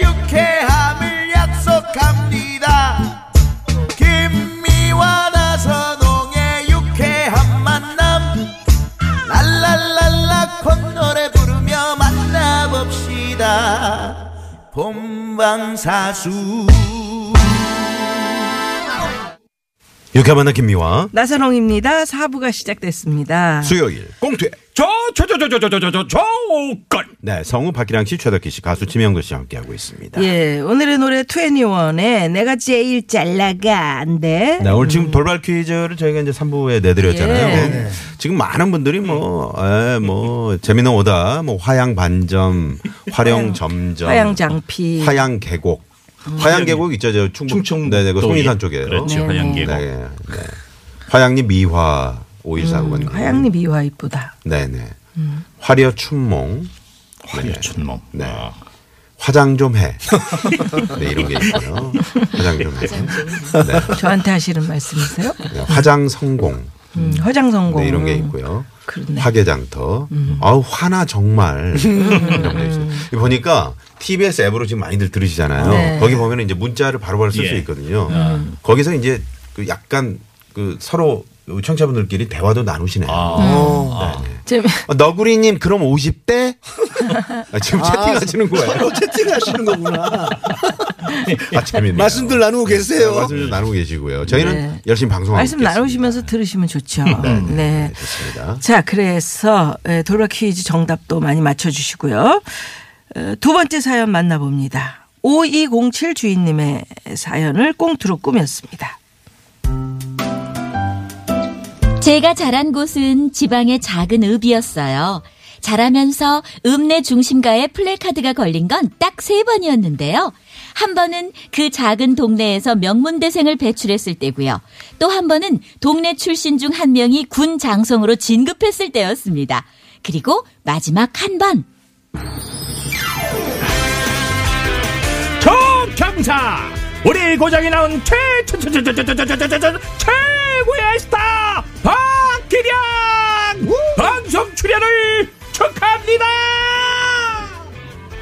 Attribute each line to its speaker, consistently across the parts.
Speaker 1: 유쾌함을 약속합니다 김미와 나선홍의 유쾌한 만남 랄랄랄라 콧노래 부르며 만나봅시다 본방사수
Speaker 2: 유쾌한 만남 김미화
Speaker 3: 나선홍입니다. 사부가 시작됐습니다.
Speaker 2: 수요일 꽁투
Speaker 4: 저저저저저저저저건
Speaker 2: 네 성우 박기량 씨 최덕기 씨 가수 지명도 씨와 함께하고 있습니다
Speaker 3: 예, 오늘의 노래 21의 내가 제일 잘 나가 안 돼.
Speaker 2: 네 오늘 지금 돌발 퀴즈를 저희가 이제 3부에 내드렸잖아요
Speaker 3: 예.
Speaker 2: 지금 많은 분들이 뭐뭐 뭐, 재미는 오다 뭐 화양 반점 화령 점점 음.
Speaker 3: 화양장피.
Speaker 2: 화양 계곡 화양 계곡 있죠 저 충북
Speaker 4: 충청도
Speaker 2: 네네 그 송리산
Speaker 4: 예.
Speaker 2: 쪽에
Speaker 4: 그렇죠. 네. 화양계곡.
Speaker 2: 네, 네. 화양리 미화 오일사원
Speaker 3: 화양리 미화 이쁘다.
Speaker 2: 네네 음. 화려 춘몽
Speaker 4: 아, 춘몽.
Speaker 2: 네.
Speaker 4: 아.
Speaker 2: 화장 좀 해. 네, 이런 게 있고요. 화장 좀 해. 네.
Speaker 3: 저한테 하시는 말씀이세요?
Speaker 2: 네, 화장 성공.
Speaker 3: 음, 화장성공.
Speaker 2: 네, 이런
Speaker 5: 어,
Speaker 2: 게 있고요.
Speaker 3: 그렇네.
Speaker 2: 화개장터.
Speaker 5: 음.
Speaker 2: 아우, 화나 정말. 이런 게 있어요. 이거 보니까 TBS 앱으로 지금 많이들 들으시잖아요.
Speaker 3: 네.
Speaker 2: 거기 보면 이제 문자를 바로바로 쓸 수
Speaker 4: 예.
Speaker 2: 있거든요. 거기서 이제 그 약간 그 서로 청취자분들끼리 대화도 나누시네요.
Speaker 4: 아.
Speaker 2: 네, 네.
Speaker 3: 지금
Speaker 2: 어, 너구리님 그럼 50대? 아, 지금 채팅하시는 거예요.
Speaker 5: 바로 채팅하시는 거구나.
Speaker 2: 아, 재밌네요.
Speaker 5: 말씀들 나누고
Speaker 2: 네,
Speaker 5: 계세요.
Speaker 2: 말씀 좀 나누고 계시고요. 저희는
Speaker 3: 네.
Speaker 2: 열심히 방송하고
Speaker 3: 말씀
Speaker 2: 어, 있겠습니다. 음.
Speaker 3: 나누시면서 들으시면 좋죠. 네.
Speaker 2: 좋습니다.
Speaker 3: 자, 그래서 예, 돌발 퀴즈 정답도 많이 맞춰주시고요. 어, 두 번째 사연 만나봅니다. 5207 주인님의 사연을 꽁트로 꾸몄습니다.
Speaker 6: 제가 자란 곳은 지방의 작은 읍이었어요. 자라면서 읍내 중심가에 플래카드가 걸린 건 딱 세 번이었는데요. 한 번은 그 작은 동네에서 명문대생을 배출했을 때고요. 또 한 번은 동네 출신 중 한 명이 군 장성으로 진급했을 때였습니다. 그리고 마지막 한 번.
Speaker 4: 총경사 우리 고장이 나온 최최최최최최최최 최고의 스타 박기량 방송 출연을 축하합니다.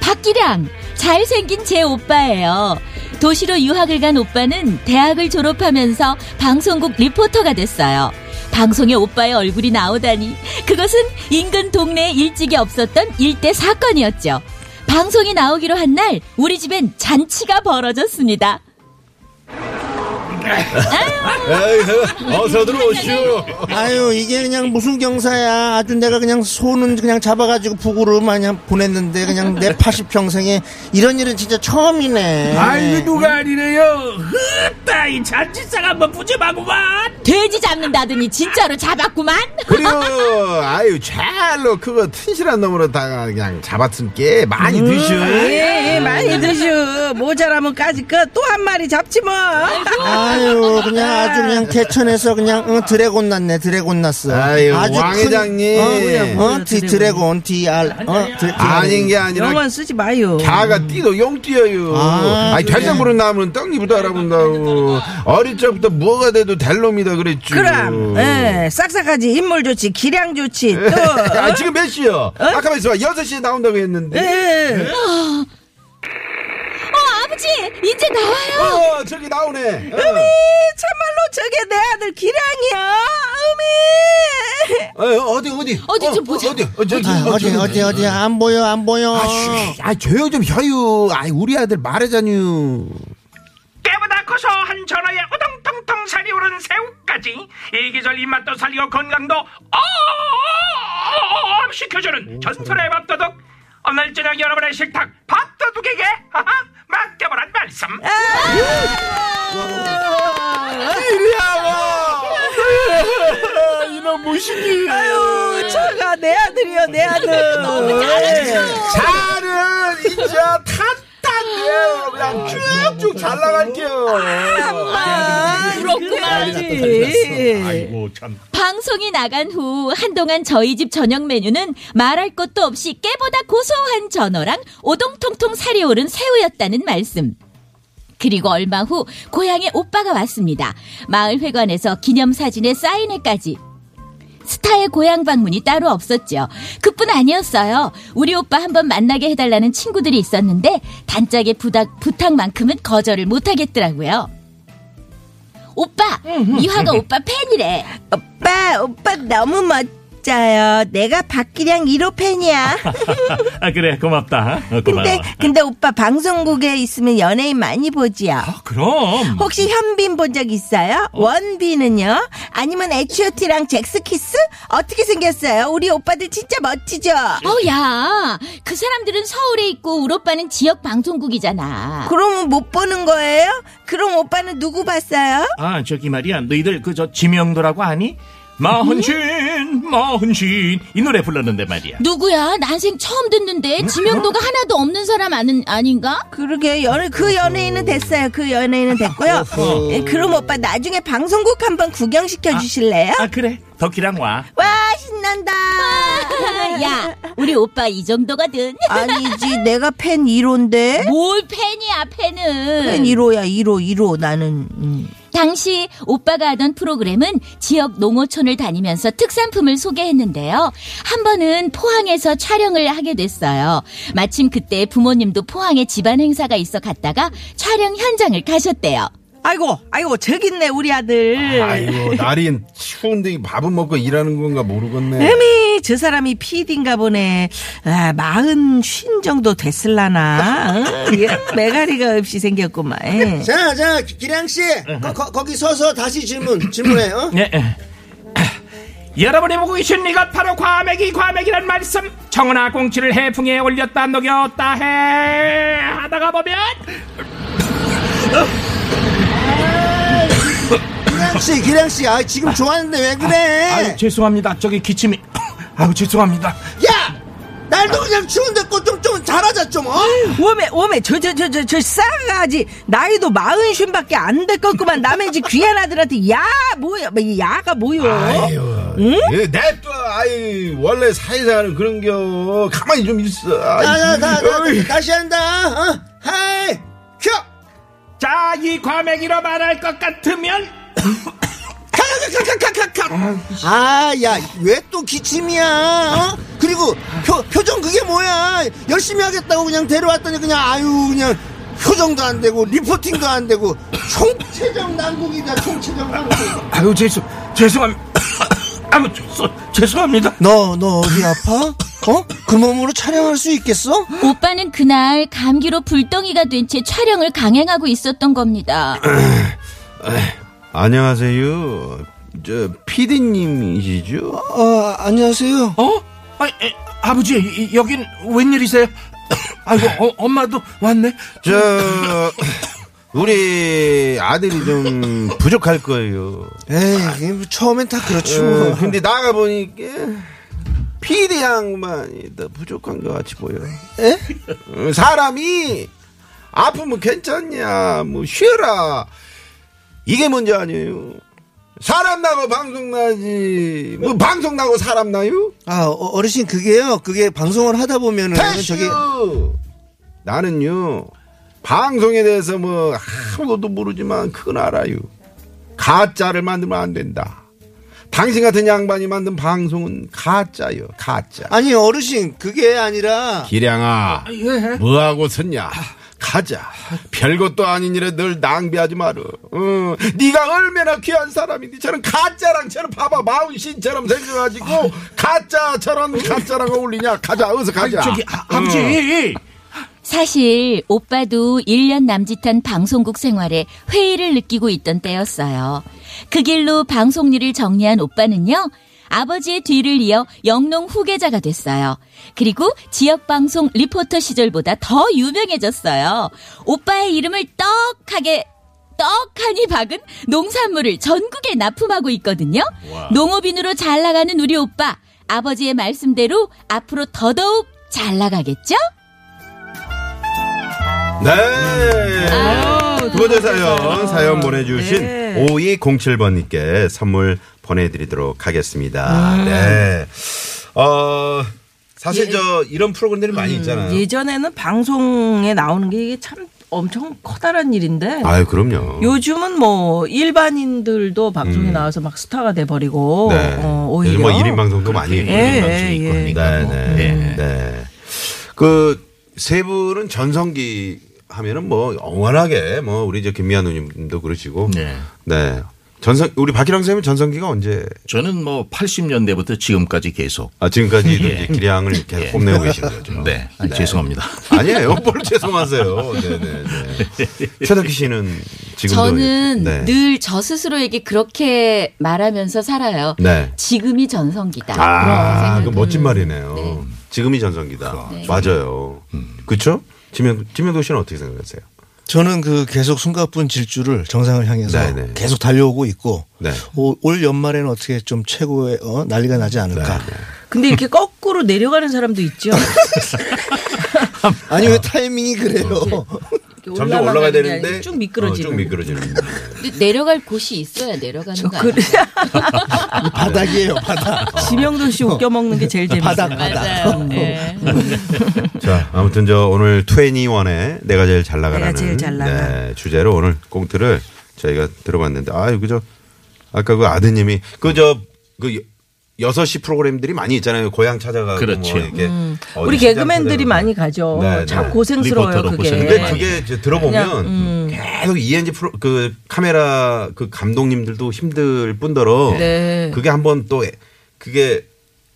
Speaker 6: 박기량 잘생긴 제 오빠예요. 도시로 유학을 간 오빠는 대학을 졸업하면서 방송국 리포터가 됐어요. 방송에 오빠의 얼굴이 나오다니 그것은 인근 동네에 일찍이 없었던 일대 사건이었죠. 방송이 나오기로 한 날 우리 집엔 잔치가 벌어졌습니다.
Speaker 2: 어서 들어오시오.
Speaker 5: 아유 이게 그냥 무슨 경사야. 아주 내가 그냥 손은 그냥 잡아가지고 북으로 마냥 보냈는데 그냥 내 80평생에 이런 일은 진짜 처음이네.
Speaker 4: 아이고 누가 아니래요. 흐따 이 잔치상 한번 부지마구만.
Speaker 6: 돼지 잡는다더니 진짜로 잡았구만.
Speaker 2: 그리고 아유 잘로 그거 튼실한 놈으로 다 그냥 잡아튼게 많이 드셔.
Speaker 3: 예, 예, 많이 드셔. 모자라면 까짓껏 또 한 마리 잡지 뭐.
Speaker 5: 아유 그냥 아주 그냥 개천에서 그냥 응, 드래곤 났네 드래곤 났어.
Speaker 2: 아유, 왕
Speaker 5: 큰,
Speaker 2: 회장님.
Speaker 5: 어,
Speaker 7: 뭐.
Speaker 5: 그냥, 어, D
Speaker 3: 드래곤.
Speaker 5: 드래곤 DR 어 드-
Speaker 2: 아닌 게 아니라
Speaker 3: 영원 쓰지 마요.
Speaker 2: 자가 띠도 용띠여요.
Speaker 5: 아,
Speaker 2: 아, 니
Speaker 5: 그래.
Speaker 2: 될장 부른 나무는 떡잎도 알아본다고. 어릴 적부터 뭐가 돼도 될 놈이다 그랬죠. 음.
Speaker 3: 그럼, 예, 싹싹하지, 인물 좋지, 기량 좋지, 또.
Speaker 2: 아, 지금 몇 시요? 아까 말씀 6시에 나온다고 했는데.
Speaker 3: 예.
Speaker 6: 어 아버지 이제 나와요.
Speaker 2: 어, 저기 나오네. 어.
Speaker 3: 참말로 저게 내 아들 기량이야. 음이.
Speaker 2: 어, 어디 어디
Speaker 6: 어디 좀 보자.
Speaker 2: 어디 어, 저기
Speaker 5: 아유,
Speaker 2: 어,
Speaker 5: 어디
Speaker 2: 저기.
Speaker 5: 어디 어디 안 보여 안 보여.
Speaker 2: 아, 쉬, 아 조용 좀 혀유 아 우리 아들 말하자뉴
Speaker 4: 때보다 커서 한 전화에 우동통통 살이 오른 새우까지 일기절 입맛도 살리고 건강도 어어어어 시켜주는 전설의 밥도둑 오늘 저녁 여러분의 식탁 밥도둑에게 하하, 맡겨보란 말씀
Speaker 3: 아유, 저가 내 아들이야, 내 아들. 네. 너무
Speaker 2: 잘은 이제 탄탄해요 그냥 쭉쭉 잘 나갈게요
Speaker 4: 아, 네,
Speaker 3: 잘하지.
Speaker 6: 방송이 나간 후 한동안 저희 집 저녁 메뉴는 말할 것도 없이 깨보다 고소한 전어랑 오동통통 살이 오른 새우였다는 말씀. 그리고 얼마 후 고향에 오빠가 왔습니다. 마을 회관에서 기념사진에 사인회까지. 스타의 고향 방문이 따로 없었죠. 그뿐 아니었어요. 우리 오빠 한번 만나게 해달라는 친구들이 있었는데 단짝의 부탁, 부탁만큼은 거절을 못하겠더라고요. 오빠, 미화가 오빠 팬이래.
Speaker 3: 오빠, 오빠 너무 멋져요. 내가 박기량 1호 팬이야.
Speaker 4: 아, 그래, 고맙다. 어, 고마워.
Speaker 3: 근데, 근데 오빠 방송국에 있으면 연예인 많이 보지요.
Speaker 4: 아, 그럼.
Speaker 3: 혹시 현빈 본 적 있어요? 원빈은요? 아니면 H.O.T랑 잭스키스? 어떻게 생겼어요? 우리 오빠들 진짜 멋지죠?
Speaker 6: 어, 야, 그 사람들은 서울에 있고 우리 오빠는 지역 방송국이잖아.
Speaker 3: 그럼 못 보는 거예요? 그럼 오빠는 누구 봤어요?
Speaker 4: 아, 저기 말이야. 너희들 그 저 지명도라고 아니? 마흔신, 마흔신. 이 노래 불렀는데 말이야.
Speaker 6: 누구야? 난생 처음 듣는데 지명도가 하나도 없는 사람 아는, 아닌가?
Speaker 3: 그러게 연예 그 연예인은 됐어요. 그 연예인은 됐고요. 예, 그럼 오빠 나중에 방송국 한번 구경시켜 주실래요?
Speaker 4: 아, 그래. 덕희랑 와.
Speaker 3: 와 신난다.
Speaker 6: 야, 우리 오빠 이 정도거든.
Speaker 3: 아니지 내가 팬 1호인데.
Speaker 6: 뭘 팬이야, 팬은.
Speaker 3: 팬 1호야 1호 1호 나는. 음.
Speaker 6: 당시 오빠가 하던 프로그램은 지역 농어촌을 다니면서 특산품을 소개했는데요. 한 번은 포항에서 촬영을 하게 됐어요. 마침 그때 부모님도 포항에 집안 행사가 있어 갔다가 촬영 현장을 가셨대요.
Speaker 5: 아이고, 아이고, 저기 있네, 우리 아들.
Speaker 2: 아이고 날이 추운데 이 밥은 먹고 일하는 건가 모르겠네.
Speaker 5: 에미, 저 사람이 PD인가 보네. 아, 마흔 쉰 정도 됐을라나. 어? 이런 메가리가 없이 생겼구만. 예.
Speaker 7: 자, 자, 기량씨. 거, 기 서서 다시 질문, 질문해, 어? 요
Speaker 4: 네. 에. 여러분이 보고 계신 이것 바로 과메기 과메기란 말씀 청어나 꽁치를 해풍에 올렸다 녹였다 해 하다가 보면
Speaker 7: 기량씨, 기량씨. 아, 지금 좋아하는데 왜
Speaker 4: 아유
Speaker 2: 네.
Speaker 7: 그래?
Speaker 4: 죄송합니다 저기 기침이 아유 죄송합니다
Speaker 7: 야! 날도 그냥 추운데 꽃좀 좀 잘하자, 좀, 어?
Speaker 5: 워메, 워메, 저, 저, 저, 저, 저, 싸가지. 나이도 마흔 쉰밖에 안 됐겠구만. 남의 집 귀한 아들한테, 야, 뭐야, 뭐, 이 야가 뭐요?
Speaker 2: 아유, 예, 냅둬. 아이 원래 사회생활은 그런겨. 가만히 좀 있어. 아이,
Speaker 7: 야, 야, 나, 나,
Speaker 2: 어이.
Speaker 7: 다시 한다, 어? 하이, 큐!
Speaker 4: 자 이 과메기로 말할 것 같으면
Speaker 7: 아, 야, 왜 또 기침이야? 어? 그리고 표, 표정 그게 뭐야? 열심히 하겠다고 그냥 데려왔더니 그냥 아유 그냥 표정도 안 되고 리포팅도 안 되고 총체적 난국이다 총체적 난국.
Speaker 4: 아유 죄송 죄송합니다 아무 죄송 죄송합니다
Speaker 7: 너너 어디 아파? 어? 그 몸으로 촬영할 수 있겠어?
Speaker 6: 오빠는 그날 감기로 불덩이가 된 채 촬영을 강행하고 있었던 겁니다.
Speaker 2: 안녕하세요. 저 피디님이시죠?
Speaker 7: 어 안녕하세요.
Speaker 4: 어 아, 에, 아버지 이- 여긴 웬일이세요 아이고 어, 엄마도 왔네
Speaker 2: 저 우리 아들이 좀 부족할 거예요.
Speaker 7: 에이 이게 뭐 처음엔 다 그렇죠.
Speaker 2: 어, 근데 나가 보니까 피디 양만이 더 부족한 것 같이 보여.
Speaker 7: 에?
Speaker 2: 어, 사람이 아프면 괜찮냐, 뭐 쉬어라 이게 문제 아니에요. 사람 나고 방송 나지, 뭐 방송 나고 사람 나요?
Speaker 7: 아 어, 어르신 그게요. 그게 방송을 하다 보면은 저기
Speaker 2: 됐슈! 음, 나는요 방송에 대해서 뭐 아무것도 모르지만 그건 알아요 가짜를 만들면 안 된다 당신 같은 양반이 만든 방송은 가짜요 가짜
Speaker 7: 아니 어르신 그게 아니라
Speaker 2: 기량아
Speaker 4: 예.
Speaker 2: 뭐하고 섰냐 가자 별것도 아닌 일에 늘 낭비하지 마라 어, 네가 얼마나 귀한 사람인데 저런 가짜랑 저런 봐봐 마운신처럼
Speaker 4: 아.
Speaker 2: 생겨가지고 가짜처럼 가짜랑 어울리냐 가자 어서 가자 어. 음.
Speaker 4: 저기 아, 아버지
Speaker 6: 사실 오빠도 1년 남짓한 방송국 생활에 회의를 느끼고 있던 때였어요. 그 길로 방송 일을 정리한 오빠는요. 아버지의 뒤를 이어 영농 후계자가 됐어요. 그리고 지역방송 리포터 시절보다 더 유명해졌어요. 오빠의 이름을 떡하게 떡하니 박은 농산물을 전국에 납품하고 있거든요. 농업인으로 잘 나가는 우리 오빠. 아버지의 말씀대로 앞으로 더더욱 잘 나가겠죠?
Speaker 4: 음.
Speaker 2: 네. 도저 사연 사연 보내주신
Speaker 5: 네.
Speaker 2: 5207번님께 선물 보내드리도록 하겠습니다. 네. 어 음. 사실 저 이런 프로그램들이 많이 있잖아요.
Speaker 5: 예전에는 방송에 나오는 게 이게 참
Speaker 3: 엄청 커다란 일인데
Speaker 2: 아유 어. 그럼요.
Speaker 3: 요즘은 뭐 일반인들도 방송에 나와서 막 스타가 돼 버리고
Speaker 2: 음. 네.
Speaker 3: 어, 오히려
Speaker 2: 요즘 뭐 1인 방송도 많이
Speaker 3: 그렇게-
Speaker 2: 일인
Speaker 3: 예,
Speaker 2: 방송이 있고
Speaker 3: 예,
Speaker 2: 하니까
Speaker 3: 예.
Speaker 2: 뭐. 네. 네. 그 세 분은 전성기 하면은 뭐 영원하게 뭐 우리 저 김미아 누님도 그러시고
Speaker 8: 네.
Speaker 2: 네. 전성 우리 박희랑 선생님 전성기가 언제
Speaker 8: 저는 뭐 80년대부터 지금까지 계속.
Speaker 2: 아 지금까지도 이제 기량을 계속
Speaker 8: 예.
Speaker 2: 뽐내고 계신 거죠.
Speaker 8: 네. 아니, 죄송합니다.
Speaker 2: 아니에요. 뭘 죄송하세요. 네네. 네. 최덕희 씨는 지금도
Speaker 6: 저는
Speaker 2: 네.
Speaker 6: 늘 저 스스로에게 그렇게 말하면서 살아요.
Speaker 2: 네.
Speaker 6: 지금이 전성기다.
Speaker 2: 아,
Speaker 6: 그런
Speaker 2: 그
Speaker 6: 생각을-
Speaker 3: 음.
Speaker 2: 멋진 말이네요. 지금이 전성기다.
Speaker 3: 네.
Speaker 2: 맞아요. 그렇죠? 지명 지명도 씨는 어떻게 생각하세요?
Speaker 7: 저는 그 계속 숨가쁜 질주를 정상을 향해서
Speaker 2: 네, 네.
Speaker 7: 계속 달려오고 있고
Speaker 2: 네.
Speaker 7: 오- 올 연말에는 어떻게 좀 최고의 어, 난리가 나지
Speaker 2: 네,
Speaker 7: 않을까.
Speaker 3: 근데 이렇게 거꾸로 내려가는 사람도 있죠.
Speaker 7: 아니 왜 타이밍이 그래요?
Speaker 2: 어.
Speaker 3: 이렇게
Speaker 2: 점점
Speaker 3: 올라가는
Speaker 2: 올라가야
Speaker 3: 게
Speaker 2: 되는데
Speaker 3: 아니라 쭉 미끄러지는.
Speaker 2: 어, 쭉 미끄러지는.
Speaker 6: 근데 네, 내려갈 곳이 있어야 내려가는 거 아니에요?
Speaker 3: 그래
Speaker 7: 바닥이에요 바닥.
Speaker 3: 지명도 씨 웃겨 먹는 게 제일 재밌어요.
Speaker 7: 바닥 바닥.
Speaker 6: 맞아요. 네.
Speaker 2: 자, 아무튼 저 오늘 21의 내가 제일 잘 나가라는
Speaker 3: 내가 제일 잘 나가.
Speaker 2: 네, 주제로 오늘 꽁트를 저희가 들어봤는데 아, 그저 아까 그 아드님이 그저그 여섯 시 프로그램들이 많이 있잖아요. 고향 찾아가고
Speaker 8: 그렇죠.
Speaker 2: 뭐 이게 어디
Speaker 3: 음. 우리
Speaker 2: 시장
Speaker 3: 개그맨들이
Speaker 2: 찾아가고.
Speaker 3: 많이 가죠.
Speaker 2: 네,
Speaker 3: 참
Speaker 2: 네.
Speaker 3: 고생스러워요
Speaker 8: 리포터로
Speaker 3: 그게.
Speaker 8: 고생을
Speaker 2: 근데
Speaker 8: 네.
Speaker 2: 그게 이제 들어보면
Speaker 3: 예. 그냥, 음.
Speaker 2: 계속 이엔지 프로 그 카메라 그 감독님들도 힘들 뿐더러
Speaker 3: 네.
Speaker 2: 그게 한번 또 에- 그게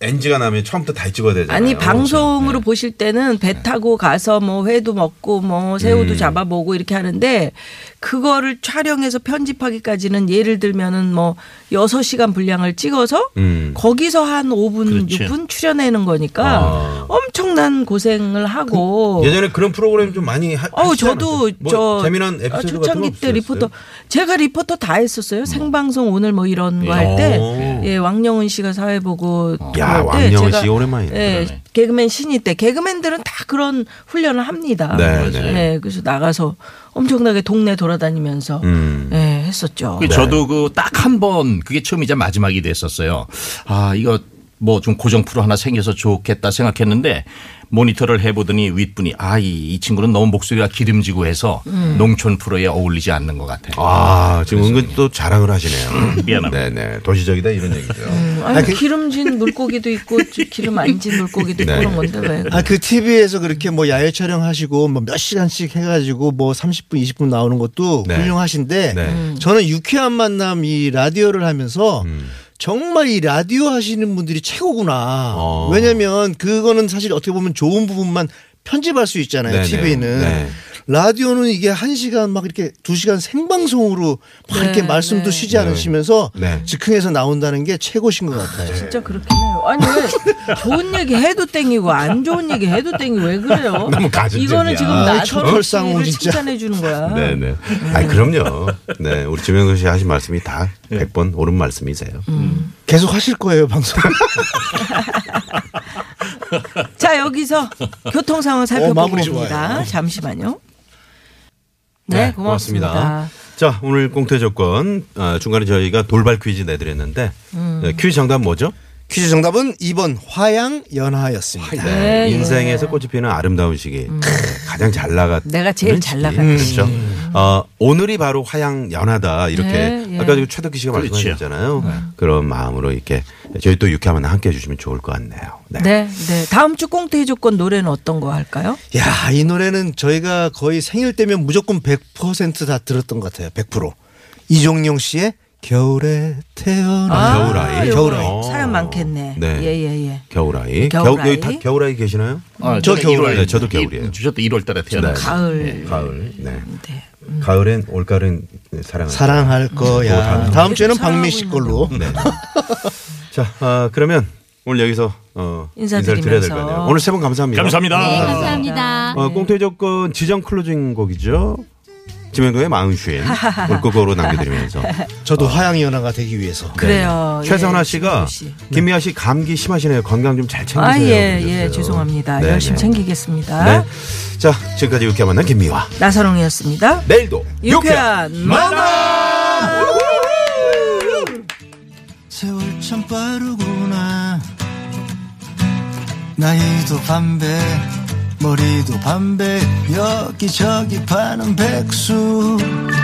Speaker 2: 엔지가 나면 처음부터 다 찍어야 되잖아요.
Speaker 3: 아니
Speaker 2: 네.
Speaker 3: 방송으로 보실 때는 배 타고 가서 뭐 회도 먹고 뭐
Speaker 2: 음.
Speaker 3: 새우도 잡아보고 이렇게 하는데 그거를 촬영해서 편집하기까지는 예를 들면은 뭐 6시간 분량을 찍어서
Speaker 2: 음.
Speaker 3: 거기서 한 5분
Speaker 8: 그렇죠.
Speaker 3: 육 6분 출연하는 거니까
Speaker 2: 아.
Speaker 3: 엄청난 고생을 하고
Speaker 2: 예전에 그런 프로그램 좀 많이 하.
Speaker 3: 어우
Speaker 2: 하시지
Speaker 3: 저도
Speaker 2: 않았어요? 뭐
Speaker 3: 저
Speaker 2: 재미난 에피소드
Speaker 3: 아,
Speaker 2: 같은
Speaker 3: 초창기
Speaker 2: 거
Speaker 3: 때
Speaker 2: 없으셨어요? 네. 음.
Speaker 3: 리포터 제가 리포터 다 했었어요 생방송 오늘 뭐 이런
Speaker 8: 예.
Speaker 3: 거 할 때
Speaker 2: 오.
Speaker 3: 예 왕영은 씨가 사회보고
Speaker 2: 어. 네. 야
Speaker 3: 그럴 때
Speaker 2: 왕영은
Speaker 3: 제가
Speaker 2: 씨 오랜만이네.
Speaker 3: 예
Speaker 8: 그러네.
Speaker 3: 개그맨 신입 때 개그맨들은 다 그런 훈련을 합니다
Speaker 2: 네,
Speaker 3: 예
Speaker 2: 네.
Speaker 3: 그래서 나가서 엄청나게 동네 돌아다니면서
Speaker 2: 음.
Speaker 3: 예 했었죠
Speaker 8: 그 저도 그 딱 한 번 그게 처음이자 마지막이 됐었어요. 아 이거 뭐 좀 고정 프로 하나 생겨서 좋겠다 생각했는데 모니터를 해보더니 윗분이 아이 이 친구는 너무 목소리가 기름지고 해서
Speaker 2: 음.
Speaker 8: 농촌 프로에 어울리지 않는 것 같아요.
Speaker 2: 아 지금 은근 또 자랑을 하시네요.
Speaker 8: 음, 미안합니다.
Speaker 2: 네네 도시적이다 이런 얘기죠.
Speaker 3: 아니
Speaker 2: 그
Speaker 3: 기름진 물고기도 있고 기름 안 진 물고기도 있고
Speaker 2: 네.
Speaker 3: 그런 건데 왜
Speaker 7: 아그 TV에서 그렇게 뭐 야외 촬영하시고 뭐 몇 시간씩 해가지고 뭐 30분 20분 나오는 것도
Speaker 2: 네.
Speaker 7: 훌륭하신데
Speaker 2: 네.
Speaker 7: 저는 유쾌한 만남 이 라디오를 하면서
Speaker 2: 음.
Speaker 7: 정말 이 라디오 하시는 분들이 최고구나.
Speaker 2: 어.
Speaker 7: 왜냐면 그거는 사실 어떻게 보면 좋은 부분만 편집할 수 있잖아요.
Speaker 2: 네네.
Speaker 7: TV는
Speaker 2: 네.
Speaker 7: 라디오는 이게 한 시간 막 이렇게 두 시간 생방송으로 막 이렇게 말씀도 쉬지 않으시면서
Speaker 2: 네.
Speaker 7: 즉흥에서 나온다는 게 최고신 것 같아요.
Speaker 3: 진짜 그렇긴 해요. 아니 왜 좋은 얘기 해도 땡기고 안 좋은 얘기 해도 땡기고 왜 그래요?
Speaker 2: 너무 가슴
Speaker 3: 이거는
Speaker 2: 찡이야.
Speaker 3: 지금
Speaker 7: 아이,
Speaker 3: 나서로
Speaker 7: 철상호
Speaker 3: 씨를
Speaker 7: 진짜.
Speaker 3: 칭찬해 주는 거야.
Speaker 2: 네네. 아 그럼요. 네 우리 지명선 씨 하신 말씀이 다
Speaker 8: 네.
Speaker 2: 100번 옳은 말씀이세요.
Speaker 3: 음.
Speaker 7: 계속 하실 거예요 방송.
Speaker 3: 자 여기서 교통
Speaker 2: 어,
Speaker 3: 상황 살펴보고
Speaker 7: 마무리
Speaker 3: 옵니다.
Speaker 7: 좋아요.
Speaker 3: 잠시만요. 네, 고맙습니다.
Speaker 2: 자 오늘 공태 조건 어, 중간에 저희가 돌발 퀴즈 내드렸는데
Speaker 3: 음.
Speaker 2: 네, 퀴즈 정답 뭐죠?
Speaker 7: 퀴즈 정답은 2번 화양 연화였습니다.
Speaker 2: 네,
Speaker 3: 예.
Speaker 2: 인생에서 꽃이 피는 아름다운 시기 네, 가장 잘 나갔.
Speaker 3: 음. 내가 제일 잘 나갔지.
Speaker 2: 그렇죠. 어, 오늘이 바로 화양 연하다 이렇게
Speaker 3: 네, 예. 네.
Speaker 2: 아까 그 최덕기 씨가
Speaker 8: 그렇죠.
Speaker 2: 말씀하셨잖아요. 그런 마음으로 이렇게 저희 또 유쾌한 만남 함께 해주시면 좋을 것 같네요. 네.
Speaker 3: 네, 네. 다음 주 꽁트 해조건 노래는 어떤 거 할까요?
Speaker 7: 야, 이 노래는 저희가 거의 생일 때면 무조건 100%다 들었던 것 같아요. 100%. 이종용 씨의 겨울에 태어나. 네,
Speaker 2: 겨울아이.
Speaker 3: 요거
Speaker 2: 겨울아이.
Speaker 3: 사연 많겠네.
Speaker 2: 네.
Speaker 3: 예예예. 예,
Speaker 2: 겨울아이. 겨울
Speaker 3: 겨울아이. 어,
Speaker 2: 여기 다 겨울아이 계시나요?
Speaker 8: 아,
Speaker 7: 저
Speaker 8: 저는
Speaker 7: 겨울에-
Speaker 8: 일월-
Speaker 2: 네, 저도 겨울이에요. 네.
Speaker 8: 이- 저도 1월달에 태어났어요.
Speaker 3: 가을.
Speaker 2: 가을. 네.
Speaker 3: 네.
Speaker 2: 가을엔 올가을엔 사랑.
Speaker 7: 사랑할 거야.
Speaker 2: 다음-
Speaker 7: 다음 주에는
Speaker 3: 사랑하고
Speaker 7: 박미 씨
Speaker 3: 있는
Speaker 7: 걸로.
Speaker 2: 네. 자 아, 그러면 오늘 여기서 어, 인사를 드려야 될 거 아니에요.
Speaker 3: 인사드리면서.
Speaker 2: 오늘 세 분 감사합니다.
Speaker 8: 감사합니다.
Speaker 6: 네, 감사합니다.
Speaker 2: 어, 꽁태 조건 지정 클로징 곡이죠. 지명도의 마흔쉰 울곡으로 남겨드리면서 네.
Speaker 7: 저도 화양 연화가 되기 위해서.
Speaker 3: 그래요. 예,
Speaker 2: 최선화
Speaker 3: 최선호
Speaker 2: 씨가
Speaker 3: 씨. 네.
Speaker 2: 김미아 씨 감기 심하시네요. 건강 좀 잘 챙기세요.
Speaker 3: 아, 예,
Speaker 2: 그러셨어요.
Speaker 3: 예, 죄송합니다.
Speaker 2: 네,
Speaker 3: 열심히
Speaker 2: 네.
Speaker 3: 챙기겠습니다.
Speaker 2: 네. 자, 지금까지 육회 만난 김미화.
Speaker 3: 나선홍이었습니다.
Speaker 2: 내일도
Speaker 3: 유쾌한
Speaker 2: 만남!
Speaker 7: 세월 참 빠르구나 나이도 반배 머리도 담배 여기저기 파는 백수